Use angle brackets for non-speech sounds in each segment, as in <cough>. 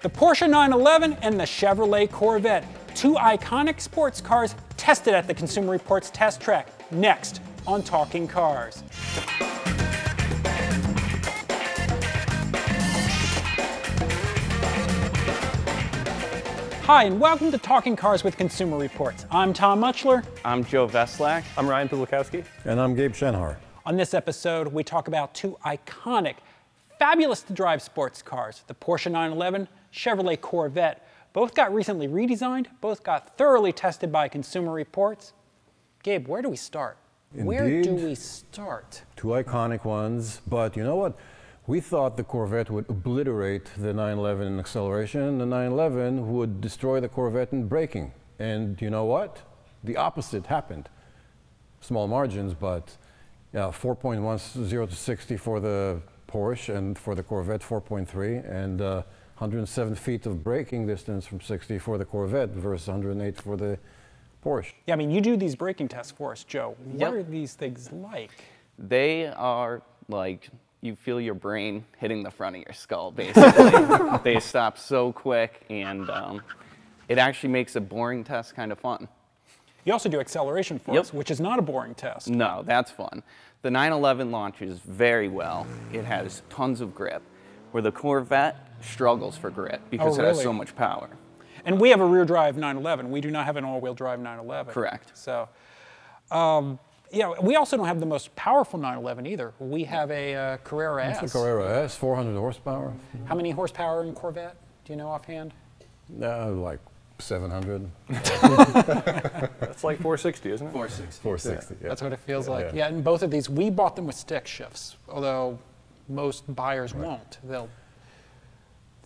the Porsche 911 and the Chevrolet Corvette, two iconic sports cars tested at the Consumer Reports test track. Next on Talking Cars. Hi, and welcome to Talking Cars with Consumer Reports. I'm Tom Muchler. I'm Joe Veslak. I'm Ryan Pudlikowski. And I'm Gabe Shenhar. On this episode, we talk about two iconic, fabulous to drive sports cars the Porsche 911, Chevrolet Corvette. Both got recently redesigned, both got thoroughly tested by Consumer Reports. Gabe, where do we start? Where do Indeed. we start? Two iconic ones, but you know what? We thought the Corvette would obliterate the 911 in acceleration, the 911 would destroy the Corvette in braking. And you know what? The opposite happened. Small margins, but yeah, 4.10 to 60 for the Porsche and for the Corvette 4.3, and uh, 107 feet of braking distance from 60 for the Corvette versus 108 for the Porsche. Yeah, I mean, you do these braking tests for us, Joe. What Yep. are these things like? They are like you feel your brain hitting the front of your <laughs> skull, basically. they stop so quick, and um, it actually makes a boring test kind of fun. You also do acceleration for Yep. us, which is not a boring test. No, that's fun. The 911 launches very well. It has tons of grip, where the Corvette struggles for grip because it has Oh, really? so much power. And we have a rear drive 911. We do not have an all wheel drive 911. Correct. So, um, yeah, we also don't have the most powerful 911 either. We have a uh, Carrera S. The Carrera S, 400 horsepower. How many horsepower in Corvette? Do you know offhand? Uh, like 700. <laughs> That's like 460, isn't it? 460. 460. Yeah. That's what it feels like. Yeah. Yeah, and both of these, we bought them with stick shifts, although most buyers won't. They'll,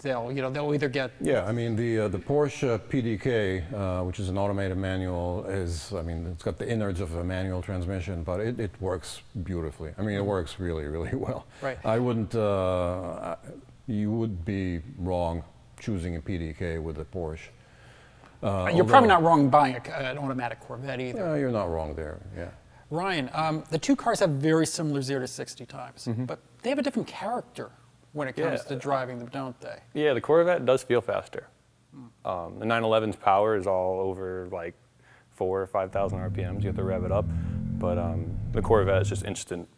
they'll, you know, they'll either get Yeah, I mean the uh, the Porsche PDK, uh, which is an automated manual, is I mean it's got the innards of a manual transmission, but it, it works beautifully. I mean it works really really well. Right. I wouldn't. Uh, I- you would be wrong choosing a PDK with a Porsche. You're probably not wrong buying a, an automatic Corvette either. Uh, you're not wrong there. Yeah. Ryan, um, the two cars have very similar 0 to 60 times, but they have a different character when it comes Yeah. to driving them, don't they? Yeah, the Corvette does feel faster. Um, the 911's power is all over like four or 5,000 RPMs. You have to rev it up. But um, the Corvette is just instant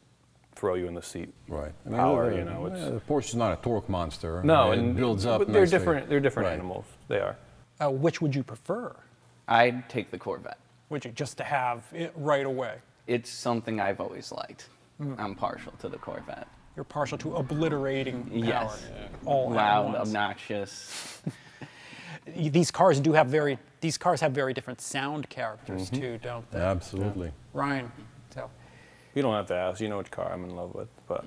throw you in the seat. Right. power, the- you know. It's, yeah, uh, the Porsche is not a torque monster. no, it and builds up. But they're nicely. different. They're different Right. animals. They are. Uh, which would you prefer? I'd take the Corvette. Would you just to have it right away? It's something I've always liked. Hmm. I'm partial to the Corvette. You're partial to obliterating power. Yes. All at Loud, once. obnoxious. Y- These cars do have very these cars have very different sound characters too, don't they? Absolutely. Ryan, so You don't have to ask. You know which car I'm in love with. But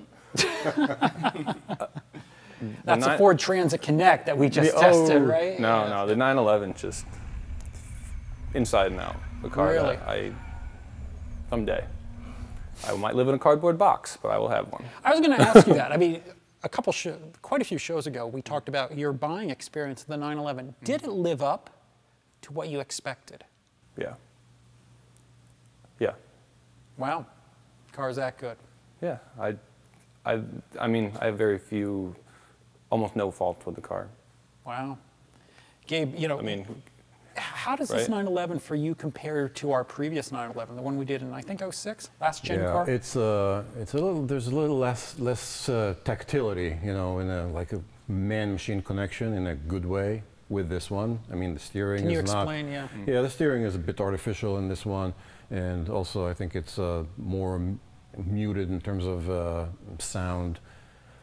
that's a ni- Ford Transit Connect that we just tested, right? No, Yeah. no, the 911 just inside and out. The car Really? that I someday I might live in a cardboard box, but I will have one. I was going to ask <laughs> you that. I mean, a couple, sh- quite a few shows ago, we talked about your buying experience of the 911. Mm. Did it live up to what you expected? Yeah. Yeah. Wow, car's that good. Yeah. I, I, I mean, I have very few, almost no fault with the car. Wow, Gabe, you know, I mean, how does this right. 911 for you compare to our previous 911, the one we did in I think 06, last gen yeah, car? it's uh, it's a little. There's a little less less uh, tactility, you know, in a like a man-machine connection in a good way with this one. I mean, the steering Can is you not. explain? Yeah. Yeah, the steering is a bit artificial in this one, and also I think it's uh, more m- muted in terms of uh, sound.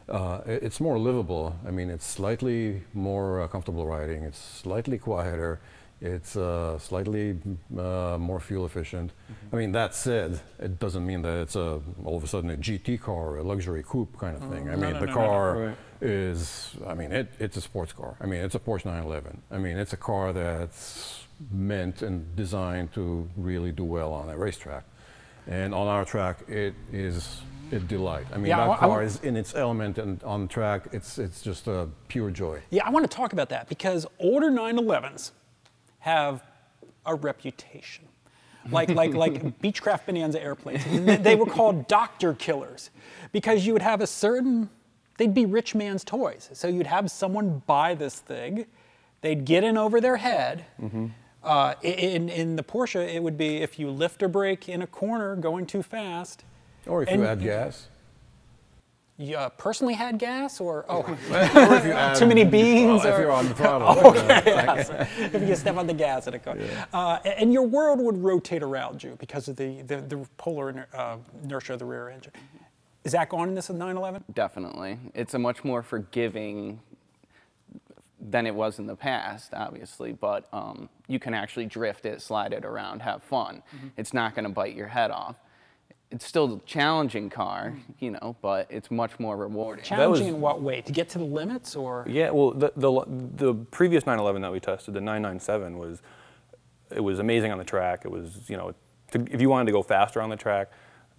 Uh, i- it's more livable. I mean, it's slightly more uh, comfortable riding. It's slightly quieter. It's uh, slightly uh, more fuel efficient. Mm-hmm. I mean, that said, it doesn't mean that it's a all of a sudden a GT car, or a luxury coupe kind of thing. I mean, Oh, no, the no, no, no. car Right. is, I mean, it, it's a sports car. I mean, it's a Porsche 911. I mean, it's a car that's meant and designed to really do well on a racetrack. And on our track, it is a delight. I mean, Yeah, I wa- that I wa- car is in its element and on track, it's, it's just a pure joy. Yeah, I want to talk about that because older 911s have a reputation. Like, like, <laughs> like Beechcraft Bonanza airplanes. They- They were called doctor killers because you would have a certain they'd be rich man's toys. So you'd have someone buy this thing, they'd get in over their head. Mm-hmm. Uh, i- in, in the Porsche, it would be if you lift a brake in a corner going too fast. Or if And- you add <laughs> gas. You uh, personally had gas, or <laughs> oh, or if you add, too many beans, Oh, if or- you're <laughs> on the throttle. <laughs> if you could step on the gas in a car. Uh, a- and your world would rotate around you because of the, the, the polar iner- uh, inertia of the rear engine. Is that gone in this 911? Definitely. It's a much more forgiving than it was in the past, obviously, but um, you can actually drift it, slide it around, have fun. Mm-hmm. It's not going to bite your head off. It's still a challenging car, Mm-hmm. you know, but it's much more rewarding. Challenging was- in what way? To get to the limits, or Yeah, well, the, the, the previous 911 that we tested, the 997, was it was amazing on the track. It was, you know, to, if you wanted to go faster on the track,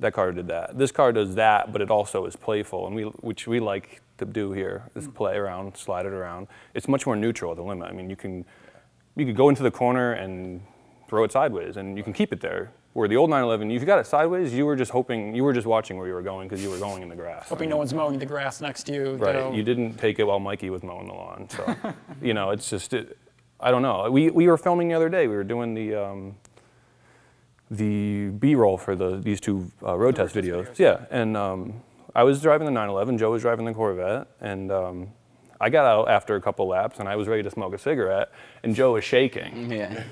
that car did that. This car does that, but it also is playful, and we which we like to do here is Mm. play around, slide it around. It's much more neutral at the limit. I mean, you can you could go into the corner and throw it sideways, and you can keep it there. Where the old 911, if you got it sideways, you were just hoping, you were just watching where you were going because you were going in the grass. I hoping mean, no one's mowing the grass next to you? Right. though- You didn't take it while Mikey was mowing the lawn. So, you know, it's just, it, I don't know. We, we were filming the other day. We were doing the um, the B-roll for the these two uh, road test videos. Yeah. And um, I was driving the 911. Joe was driving the Corvette. And um, I got out after a couple laps, and I was ready to smoke a cigarette. And Joe <laughs> was shaking Yeah.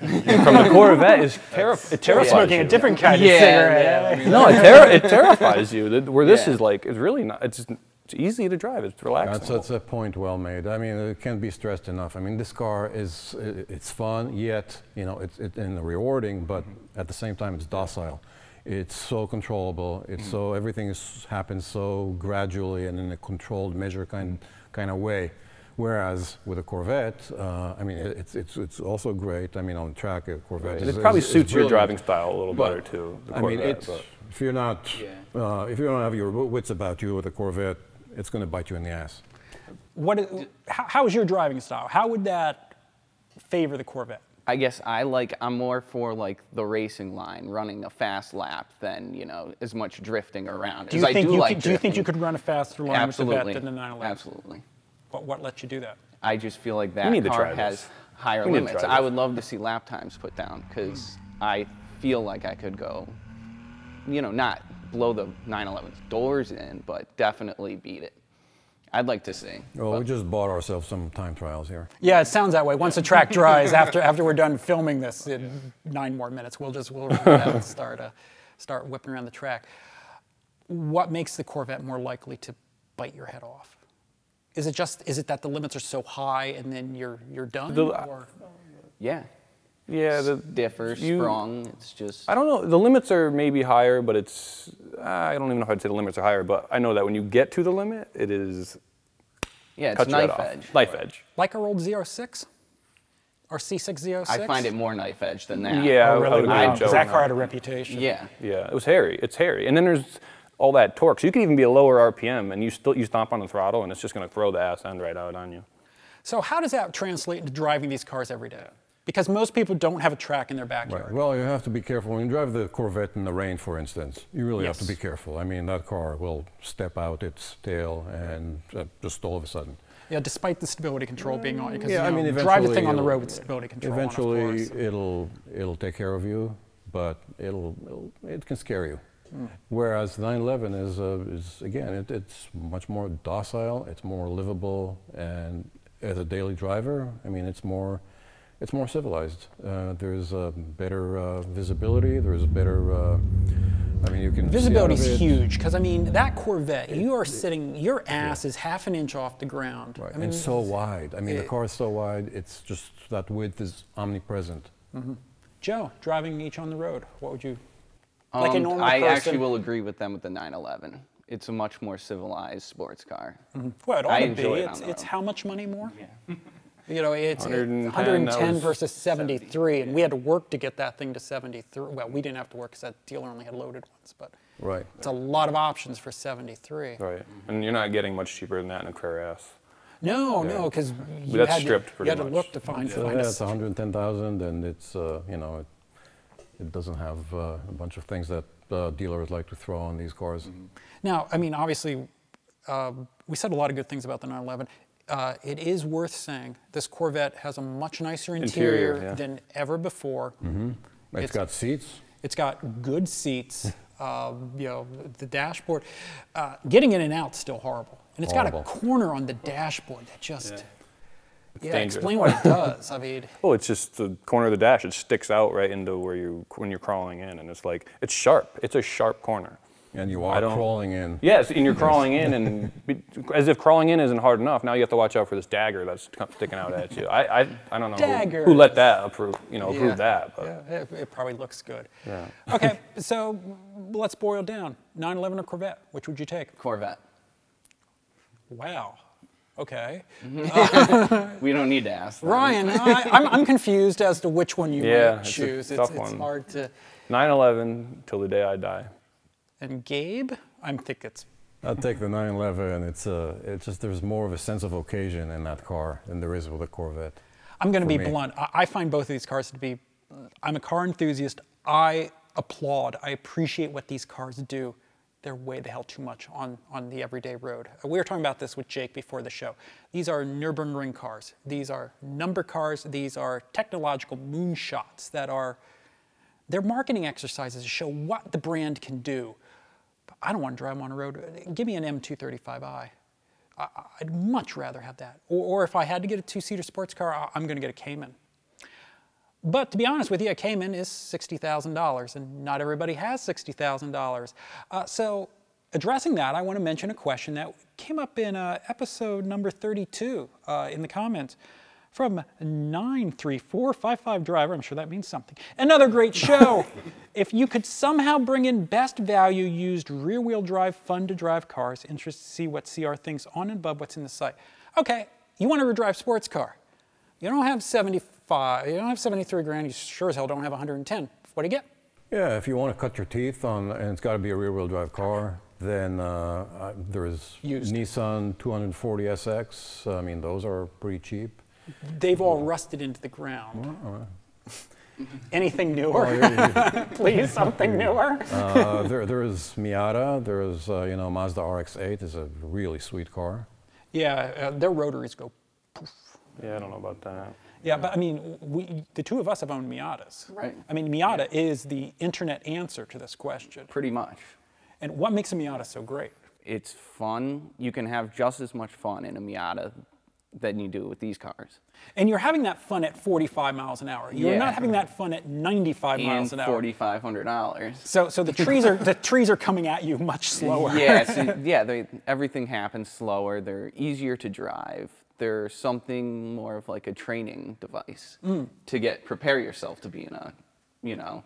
from the Corvette. Is terrif- it You're terrifies smoking a you. different kind Yeah, of cigarette. yeah, I mean- No, it, terri it terrifies you. that- Where this Yeah. is like, it's really not. It's it's easy to drive. It's relaxing. That's, that's a point well made. I mean, it can't be stressed enough. I mean, this car is i- it's fun, yet you know it's it, and rewarding, but at the same time, it's docile. It's so controllable. It's so everything is, happens so gradually and in a controlled measure kind kind of way. Whereas with a Corvette, uh, I mean, it- it's it's it's also great. I mean, on track, a Corvette. Right. is- It probably is- is suits your brilliant. driving style a little But, better too. the I mean, Corvette, it's, but- if you're not uh, if you don't have your wits about you with a Corvette, it's going to bite you in the ass. What? i- How, how is your driving style? How would that favor the Corvette? I guess I like I'm more for like the racing line, running a fast lap than you know as much drifting around. Do you as I think do you like could, do you think you drifting. could run a faster line with the absolutely Vette than the 911? absolutely? What, what lets you do that? I just feel like that need to car try has this. higher We need to limits. try I this. would love to see lap times put down because I feel like I could go, you know, not blow the 911's doors in, but definitely beat it. I'd like to see. Well, Oh, we just bought ourselves some time trials here. Yeah, it sounds that way. Once the track dries, <laughs> after after we're done filming this in nine more minutes, we'll just we'll run it out and start uh, start whipping around the track. What makes the Corvette more likely to bite your head off? Is it just is it that the limits are so high and then you're you're done? The- or- Yeah, yeah, the differ, you- sprung. It's just I don't know. The limits are maybe higher, but it's I don't even know if I'd say the limits are higher, but I know that when you get to the limit, it is yeah, it's cuts your head knife off. edge. Knife edge. like our old Z06 or C6 Z06? I find it more knife edge than that. Yeah, I Oh, really would agree wow, with Joe. because that car had a reputation. Yeah. Yeah, it was hairy. It's hairy, and then there's all that torque. So you could even be a lower RPM, and you still you stomp on the throttle, and it's just going to throw the ass end right out on you. So how does that translate into driving these cars every day? Because most people don't have a track in their backyard. Right. Well, you have to be careful when you drive the Corvette in the rain, for instance. You really have to Yes. be careful. I mean, that car will step out its tail and uh, just all of a sudden. Yeah, despite the stability control being on, because Yeah, I you know, mean, drive the eventually thing on the it'll- road with stability control. on, of Eventually, course. it'll it'll take care of you, but it'll, it'll it can scare you. Hmm. Whereas 911 is uh, is again, it, it's much more docile. It's more livable, and as a daily driver, I mean, it's more it's more civilized. Uh, there's uh, better uh, visibility. There's better. Uh, I mean, you can see out visibility of it. is huge because I mean that Corvette, you are sitting, your ass is half an inch off the ground. Right. I mean, and so wide. I mean, the car is so wide. It's just that width is omnipresent. Joe, driving each on the road, what would you like a Um, normal I person? actually will agree with them with the 911. It's a much more civilized sports car. Mm-hmm. Well, it ought I to be. enjoy it it's, on the it's road. how much money more? <laughs> You know, it's 110, 110, that was versus 73, and we had to work to get that thing to 73. Well, we didn't have to work because that dealer only had loaded ones, but Right. it's a lot of options for 73. Right, and you're not getting much cheaper than that in a career ass. No, no, because you that's had stripped to, pretty you had to much. look to find, So find yeah, a it's 110,000, and it's uh, you know, it, it doesn't have uh, a bunch of things that uh, dealers like to throw on these cars. Now, I mean, obviously, uh, we said a lot of good things about the 911. Uh, it is worth saying this Corvette has a much nicer interior, Interior, yeah. Mm-hmm. than ever before. it's got seats. It's got good seats. <laughs> Uh, you know, the dashboard. Uh, getting in and out still horrible, and it's Horrible. got a corner on the dashboard that just. Yeah. dangerous. explain what <laughs> it does. I mean, Oh, it's just the corner of the dash. It sticks out right into where you when you're crawling in, and it's like it's sharp. It's a sharp corner. And you I are don't- crawling in. Yes, and you're crawling in, and be- as if crawling in isn't hard enough, now you have to watch out for this dagger that's co- sticking out at you. I, I, I don't know who, Daggers. who let that approve, you know, approve Yeah. that. But Yeah, it, it probably looks good. <laughs> okay, so w- let's boil down 911 or Corvette. Which would you take? Corvette. Wow. Okay. Mm-hmm. We don't need to ask. Them. Ryan, <laughs> I, I'm, I'm confused as to which one you Yeah, might it's a choose. tough it's, it's one. hard to. 9/11 till the day I die. And Gabe, I think it's I take the 911. It's uh, it's just there's more of a sense of occasion in that car than there is with a Corvette. I'm going to for be me. blunt. I, I find both of these cars to be. I'm a car enthusiast. I applaud. I appreciate what these cars do. They're way the hell too much on on the everyday road. We were talking about this with Jake before the show. These are Nurburgring cars. These are number cars. These are technological moonshots that are. They're marketing exercises to show what the brand can do. But I don't want to drive them on a road. Give me an M235i. I- I'd much rather have that. Or, or if I had to get a two seater sports car, I- I'm going to get a Cayman. But to be honest with you, a Cayman is $60,000, and not everybody has $60,000. Uh, so, addressing that, I want to mention a question that came up in uh, episode number 32 uh, in the comments from 93455 driver. I'm sure that means something. Another great show. if you could somehow bring in best value used rear wheel drive, fun to drive cars, interested to see what CR thinks on and above what's in the site. Okay, you want to drive sports car. You don't have 75, you don't have 73 grand, you sure as hell don't have 110. What do you get? Yeah, if you want to cut your teeth on, and it's got to be a rear-wheel drive car, then uh, I- there is Used. Nissan 240 SX. I mean, those are pretty cheap. They've all rusted into the ground. Anything Oh, newer? you- you- <laughs> Please, something newer? uh, there, there is Miata. There is, uh, you know, Mazda RX-8 is a really sweet car. Yeah, uh, their rotaries go. Yeah, I don't know about that. Yeah, but I mean, we, the two of us have owned Miatas. Right. I mean, Miata is the internet answer to this question. Pretty much. And what makes a Miata so great? it's fun. You can have just as much fun in a Miata than you do with these cars. And you're having that fun at 45 miles an hour. You're Yeah. not having that fun at 95 miles an and hour. forty-five hundred dollars. So, so the trees are the trees are coming at you much slower. <laughs> yeah, so, yeah. They, everything happens slower. They're easier to drive. They're something more of like a training device Hmm. to get prepare yourself to be in a, you know,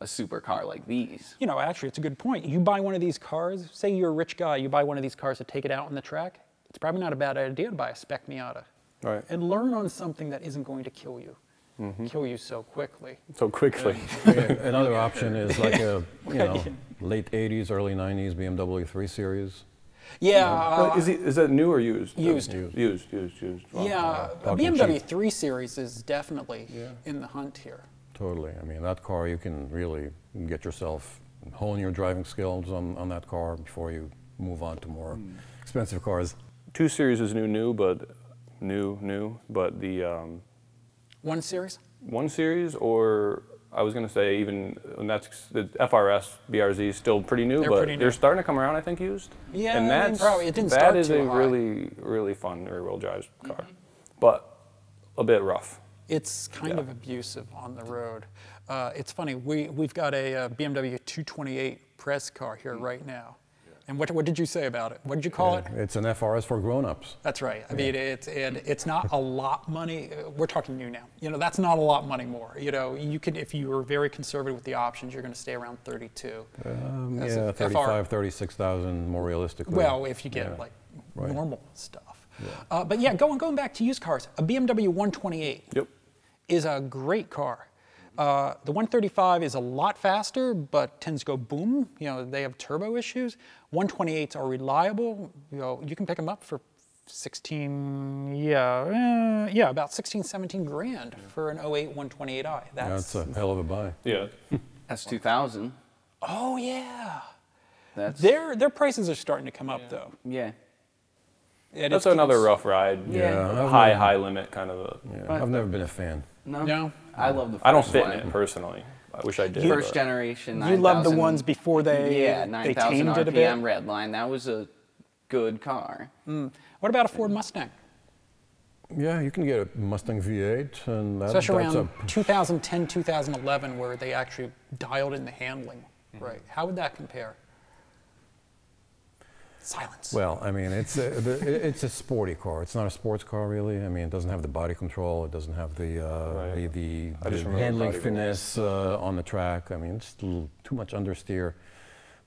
a supercar like these. You know, actually, it's a good point. You buy one of these cars, say you're a rich guy, you buy one of these cars to take it out on the track, it's probably not a bad idea to buy a spec Miata. Right. Mm-hmm. And learn on something that isn't going to kill you, kill you so quickly. So quickly. Another option is like a, <laughs> you know, late 80s, early 90s BMW 3 Series. Yeah, Mm-hmm. Well, uh, is, it, is that new or used? Used. Used, used, used. used. Wow. yeah. A talking BMW cheap. 3 Series is definitely in the hunt here. Totally. I mean, that car, you can really get yourself, hone your driving skills on, on that car before you move on to more Hmm. expensive cars. Two series is new, new, but new, new, but the um, One Series? one series or I was gonna say even and that's the FRS BRZ is still pretty new, They're but pretty new. they're starting to come around. I think used. Yeah, I mean, and that's probably. It didn't that start is too a high. Mm-hmm. really really fun rear-wheel drive car, but a bit rough. It's kind of abusive on the road. Uh, it's funny. We we've got a, uh BMW 228 press car here Mm. right now, and what what did you say about it? What did you call it? It's an FRS for grown-ups. That's right. I mean, it's and it's not a lot money. uh, We're talking new now. You know, that's not a lot money more. You know, you could if you were very conservative with the options, you're going to stay around 32. Um, As a yeah, FR. 35, 36,000 more realistically. Well, if you get like Right. normal stuff. Uh, but yeah, going going back to used cars, a BMW 128. Yep. is a great car. Uh, the 135 is a lot faster, but tends to go boom. You know, they have turbo issues. 128s are reliable. You know, you can pick them up for 16, yeah, eh, yeah, about 16, 17 grand for an 08 128i. That's, that's a hell of a buy. Yeah. That's two thousand. oh yeah. That's Their their prices are starting to come up though. yeah. It That's is- another rough ride. Yeah. Yeah. High, high limit kind of. A, Yeah, I've never been a fan. No. No. I love the first I don't fit one. in it personally. I wish I did. First but- generation. You love the 9000 ones before they- <laughs> yeah they 9000 tamed it a RPM bit? redline. That was a good car. What about a Ford Mustang? Yeah, you can get a Mustang V8, and that, that's Especially a around 2010, 2011, where they actually dialed in the handling. Mm-hmm. Right. How would that compare? Silence. Well, I mean, it's a, the, it- it's a sporty car. It's not a sports car, really. I mean, it doesn't have the body control. It doesn't have the uh, the, Right. the, I just the remember handling body control. finesse uh, on the track. I mean, it's a little too much understeer.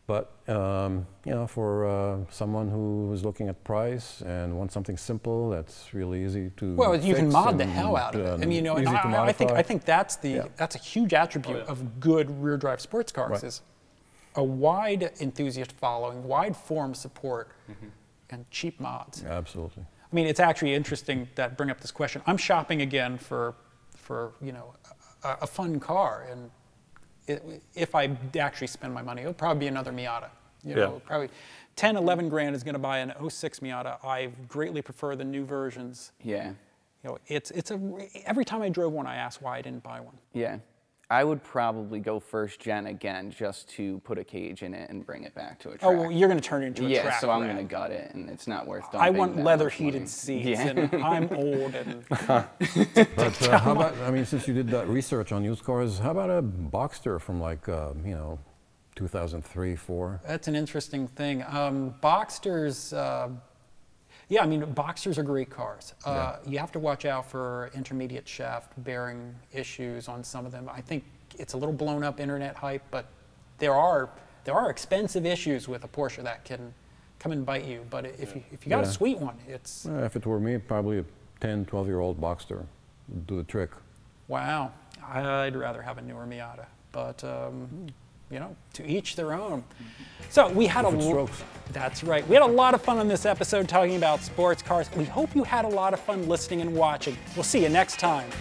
But um, you know, for uh, someone who is looking at price and wants something simple, that's really easy to. Well, you can fix mod the and, hell out of it. I um, mean, you know, and easy to I, I think modify. I think that's the Yeah. Oh, that's a huge attribute of good rear drive sports cars Right. is a wide enthusiast following, wide form support, Mm-hmm. and cheap mods. absolutely. I mean, it's actually interesting that bring up this question. I'm shopping again for, for you know, a, a fun car, and it, if I actually spend my money, it'll probably be another Miata. You Yeah. know, probably 10, 11 grand is going to buy an 06 Miata. I greatly prefer the new versions. Yeah. You know, it's it's a every time I drove one, I asked why I didn't buy one. Yeah. I would probably go first gen again just to put a cage in it and bring it back to a track. Oh, well, you're going to turn it into a yeah, track. so I'm rat. gonna gut it, and it's not worth. I dumping want that leather much money. heated seats, Yeah. and I'm old <laughs> and. But uh, how about, I mean, since you did that research on used cars, how about a Boxster from like, uh, you know, 2003, 4? That's an interesting thing. Um, Boxsters, uh, yeah, I mean, Boxsters are great cars. Uh, You have to watch out for intermediate shaft bearing issues on some of them. I think it's a little blown up internet hype, but there are there are expensive issues with a Porsche that can come and bite you. But if you, if you got a Yeah. sweet one, it's Uh, if it were me, probably a 10, 12 year old Boxster would do the trick. wow. I'd rather have a newer Miata, but. Hmm. Um, you know, to each their own. So we had a Different lo- strokes. That's right. We had a lot of fun on this episode talking about sports cars. We hope you had a lot of fun listening and watching. We'll see you next time.